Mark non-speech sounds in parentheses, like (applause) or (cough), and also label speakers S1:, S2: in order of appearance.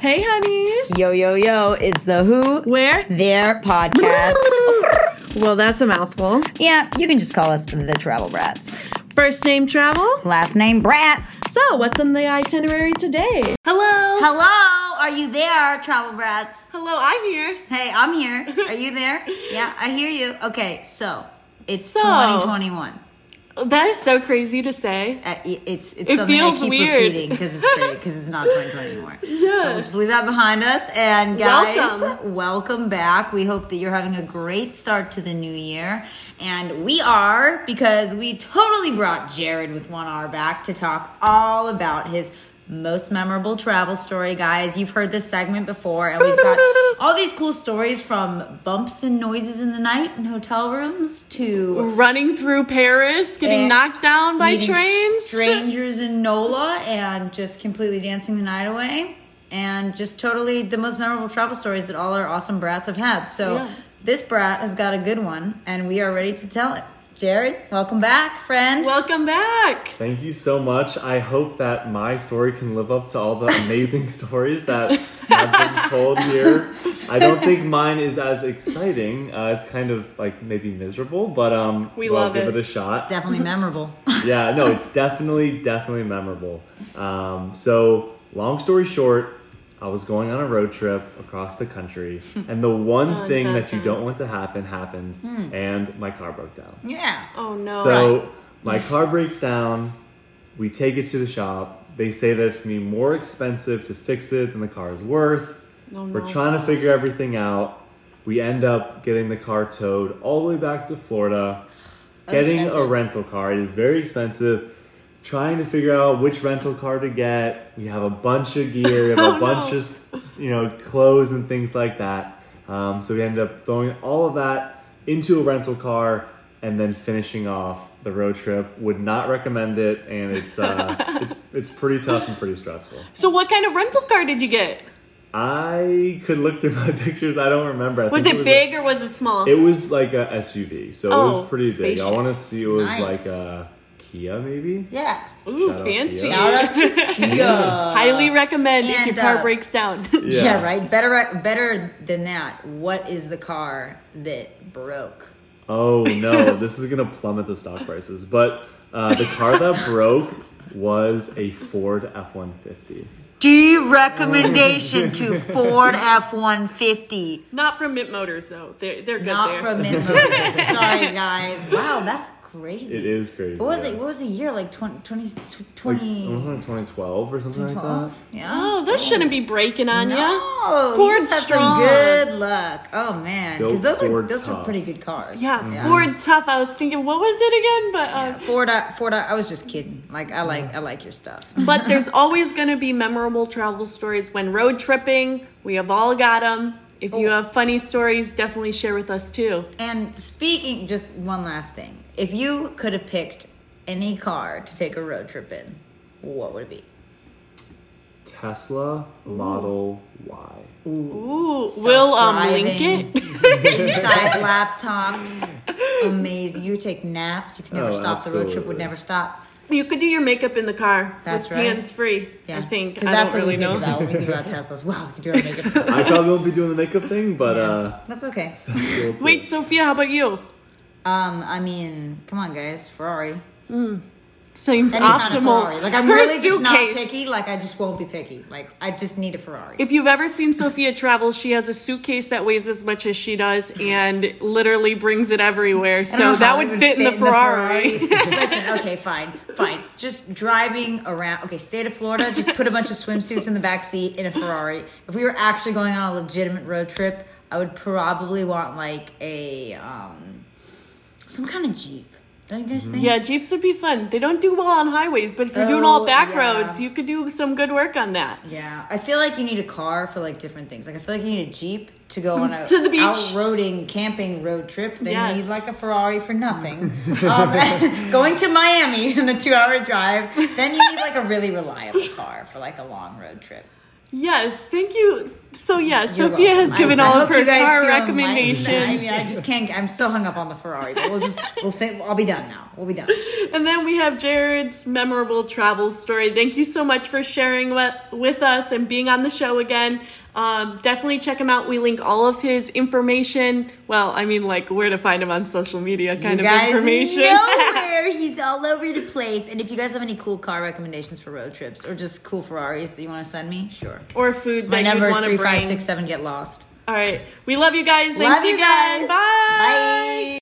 S1: Hey, honeys.
S2: Yo, yo, yo, it's the Who
S1: Where?
S2: Their (laughs) podcast.
S1: Well, that's a mouthful.
S2: yeah, you can just call us the Travel Brats.
S1: First name travel.
S2: Last name Brat.
S1: So, what's in the itinerary today? Hello.
S2: Hello, are you there, Travel Brats?
S1: Hello, I'm here.
S2: Hey, I'm here. Are you there? (laughs) Yeah, I hear you. Okay, so it's
S1: So-
S2: 2021.
S1: That is so crazy to say.
S2: Uh, i- it's it's
S1: It
S2: something
S1: feels
S2: I keep
S1: weird.
S2: repeating because it's great because it's not 2020 anymore.
S1: Yeah.
S2: So we'll just leave that behind us. And guys,
S1: Welcome.
S2: welcome. back. We hope that you're having a great start to the new year. And we are because we totally brought Jared with one R back to talk all about his most memorable travel story, guys. You've heard this segment before, and
S1: (laughs)
S2: we've got all these cool stories from bumps and noises in the night in hotel rooms to
S1: Running through Paris, getting
S2: Eh,
S1: knocked down by
S2: meeting (laughs)
S1: trains.
S2: strangers in NOLA, and just completely dancing the night away, and just totally the most memorable travel stories that all our awesome brats have had. So
S1: Yeah.
S2: this brat has got a good one, and we are ready to tell it. Jared, welcome back, friend.
S1: Welcome back.
S3: Thank you so much. I hope that my story can live up to all the amazing (laughs) stories that have been told here. I don't think mine is as exciting. Uh, it's kind of like maybe miserable, but um,
S1: We
S3: we'll
S1: love
S3: give
S1: it.
S3: it. a
S2: (laughs)
S3: shot.
S2: Definitely memorable.
S3: yeah, no, it's definitely, definitely memorable. Um, so, long story short, I was going on a road trip across the country, and
S1: (laughs)
S3: the one
S1: Dun,
S3: thing
S1: dun,
S3: that you
S1: dun.
S3: don't want to happen happened, and my car broke down.
S2: yeah.
S1: Oh no.
S3: So my car breaks down. We take it to the shop. They say that it's gonna be more expensive to fix it than the car is worth.
S1: Oh, no.
S3: We're trying to figure everything out. We end up getting the car towed all the way back to Florida,
S2: That's
S3: getting a
S2: expensive.
S3: rental car. It is very expensive. Trying to figure out which rental car to get. We have a bunch of
S1: (laughs)
S3: gear, we have
S1: Oh,
S3: a bunch
S1: no.
S3: of you know clothes and things like that. Um, so we ended up throwing all of that into a rental car and then finishing off the road trip. Would not recommend it, and
S1: (laughs)
S3: it's uh, it's it's pretty tough and pretty stressful.
S1: So what kind of rental car did you get?
S3: I could look through my (laughs) pictures. I don't remember. I
S1: Was
S3: think
S1: it,
S3: like-
S1: big or was it small?
S3: it was like a SUV, so it
S1: Oh,
S3: was pretty big. I want to
S1: spacious.
S3: see it was
S2: Nice.
S3: like a Kia, maybe.
S2: Yeah.
S1: Ooh,
S3: Shout out
S1: fancy.
S3: Kia.
S2: Shout
S1: (laughs)
S2: out to Kia.
S1: Highly recommend if
S2: And,
S1: your car
S2: uh,
S1: breaks down. (laughs)
S2: Yeah. right. Better, better than that. What is the car that broke?
S3: Oh no, this is gonna plummet the stock prices. But uh, the car that broke was a Ford F one fifty.
S2: D recommendation to Ford F one fifty.
S1: Not from Mint Motors though. They're they're good
S2: Not
S1: there.
S2: from Mint
S1: (laughs)
S2: Mobile. Sorry guys. Wow, that's crazy.
S3: It is crazy.
S2: What was
S3: yeah.
S2: it? What was the year? Like 20, 20, tw-
S3: Like,
S2: 20
S3: twenty twelve or something like
S2: 12? Yeah.
S1: Oh, those shouldn't be breaking on ya.
S2: no.
S1: Ford
S2: Ford you just had
S1: strong.
S2: some good luck. Oh man,
S3: Go
S2: because those are
S3: Ford
S2: those were
S3: tough.
S2: pretty good cars.
S1: Yeah, Ford Tough. I was thinking, what was it again? But uh,
S2: Ford, I, Ford. I, I was just kidding. Like I like I like your stuff.
S1: but there's always going to be memorable travel stories when road tripping. We have all got them. If you
S2: Oh.
S1: have funny stories, definitely share with us too.
S2: And speaking, just one last thing. If you could have picked any car to take a road trip in, what would it be?
S3: that. Tesla Model Y.
S1: Ooh, we'll um link it.
S2: (laughs) inside
S3: (laughs)
S2: laptops. Amazing. You take naps. You can never
S3: Oh,
S2: stop. The road trip would
S3: absolutely.
S2: never stop.
S1: You could do your makeup in the car.
S2: That's
S1: with
S2: right.
S1: Hands free. I think. I
S2: Because that's
S1: don't
S2: what
S1: really
S2: we think
S1: know.
S2: about when we
S1: (laughs)
S2: think about Teslas. Wow, we can do our makeup.
S3: I probably won't be doing the makeup thing,
S2: (laughs)
S3: but uh,
S2: That's okay.
S3: we'll see.
S1: Wait, Sophia, how about you?
S2: Um, I mean, come on, guys. Ferrari.
S1: Seems
S2: Any
S1: optimal.
S2: kind of Ferrari. Like, I'm
S1: Her
S2: really just not
S1: suitcase.
S2: picky. Like, I just won't be picky. Like, I just need a Ferrari.
S1: If you've ever seen Sophia travel, she has a suitcase that weighs as much as she does and literally brings it everywhere.
S2: I don't
S1: So
S2: know
S1: that
S2: how it
S1: would fit in the Ferrari.
S2: Ferrari. Listen, okay, fine, fine. Just driving around. Okay, state of Florida. Just put a bunch of swimsuits in the back seat in a Ferrari. If we were actually going on a legitimate road trip, I would probably want like a um, some kind of Jeep. Don't you guys
S1: (laughs)
S2: think?
S1: Yeah, Jeeps would be fun. They don't do well on highways, but if you're doing all
S2: Oh,
S1: back
S2: yeah.
S1: roads, you could do some good work on that.
S2: Yeah, I feel like you need a car for like different things. Like I feel like you need a jeep
S1: (laughs)
S2: to go on a
S1: To the beach.
S2: out-roading camping road trip. Then
S1: Yes.
S2: you need like a Ferrari for nothing. um, (laughs) going to Miami (laughs) in the two-hour drive. Then you need like a really reliable car for like a long road trip.
S1: Yes, thank you. So yeah,
S2: You're
S1: Sophia
S2: welcome.
S1: has given
S2: I- I
S1: all of
S2: hope you
S1: her
S2: guys
S1: car
S2: feel enlightened. I
S1: recommendations,
S2: mean, I just can't. I'm still hung up on the Ferrari, but we'll just we'll fin- I'll be done now. We'll be done.
S1: and then we have Jared's memorable travel story. Thank you so much for sharing with, with us and being on the show again. Um, definitely check him out. We link all of his information. Well, I mean, like where to find him on social media, kind
S2: you
S1: of
S2: guys
S1: information. (laughs)
S2: know where he's all over the place. And if you guys have any cool car recommendations for road trips or just cool Ferraris that you want to send me, sure.
S1: or food
S2: My
S1: that you'd
S2: number is
S1: want to
S2: three
S1: bring.
S2: five six seven. Get lost.
S1: All right, we love you guys. Thanks
S2: Love you guys.
S1: again. Bye.
S2: Bye.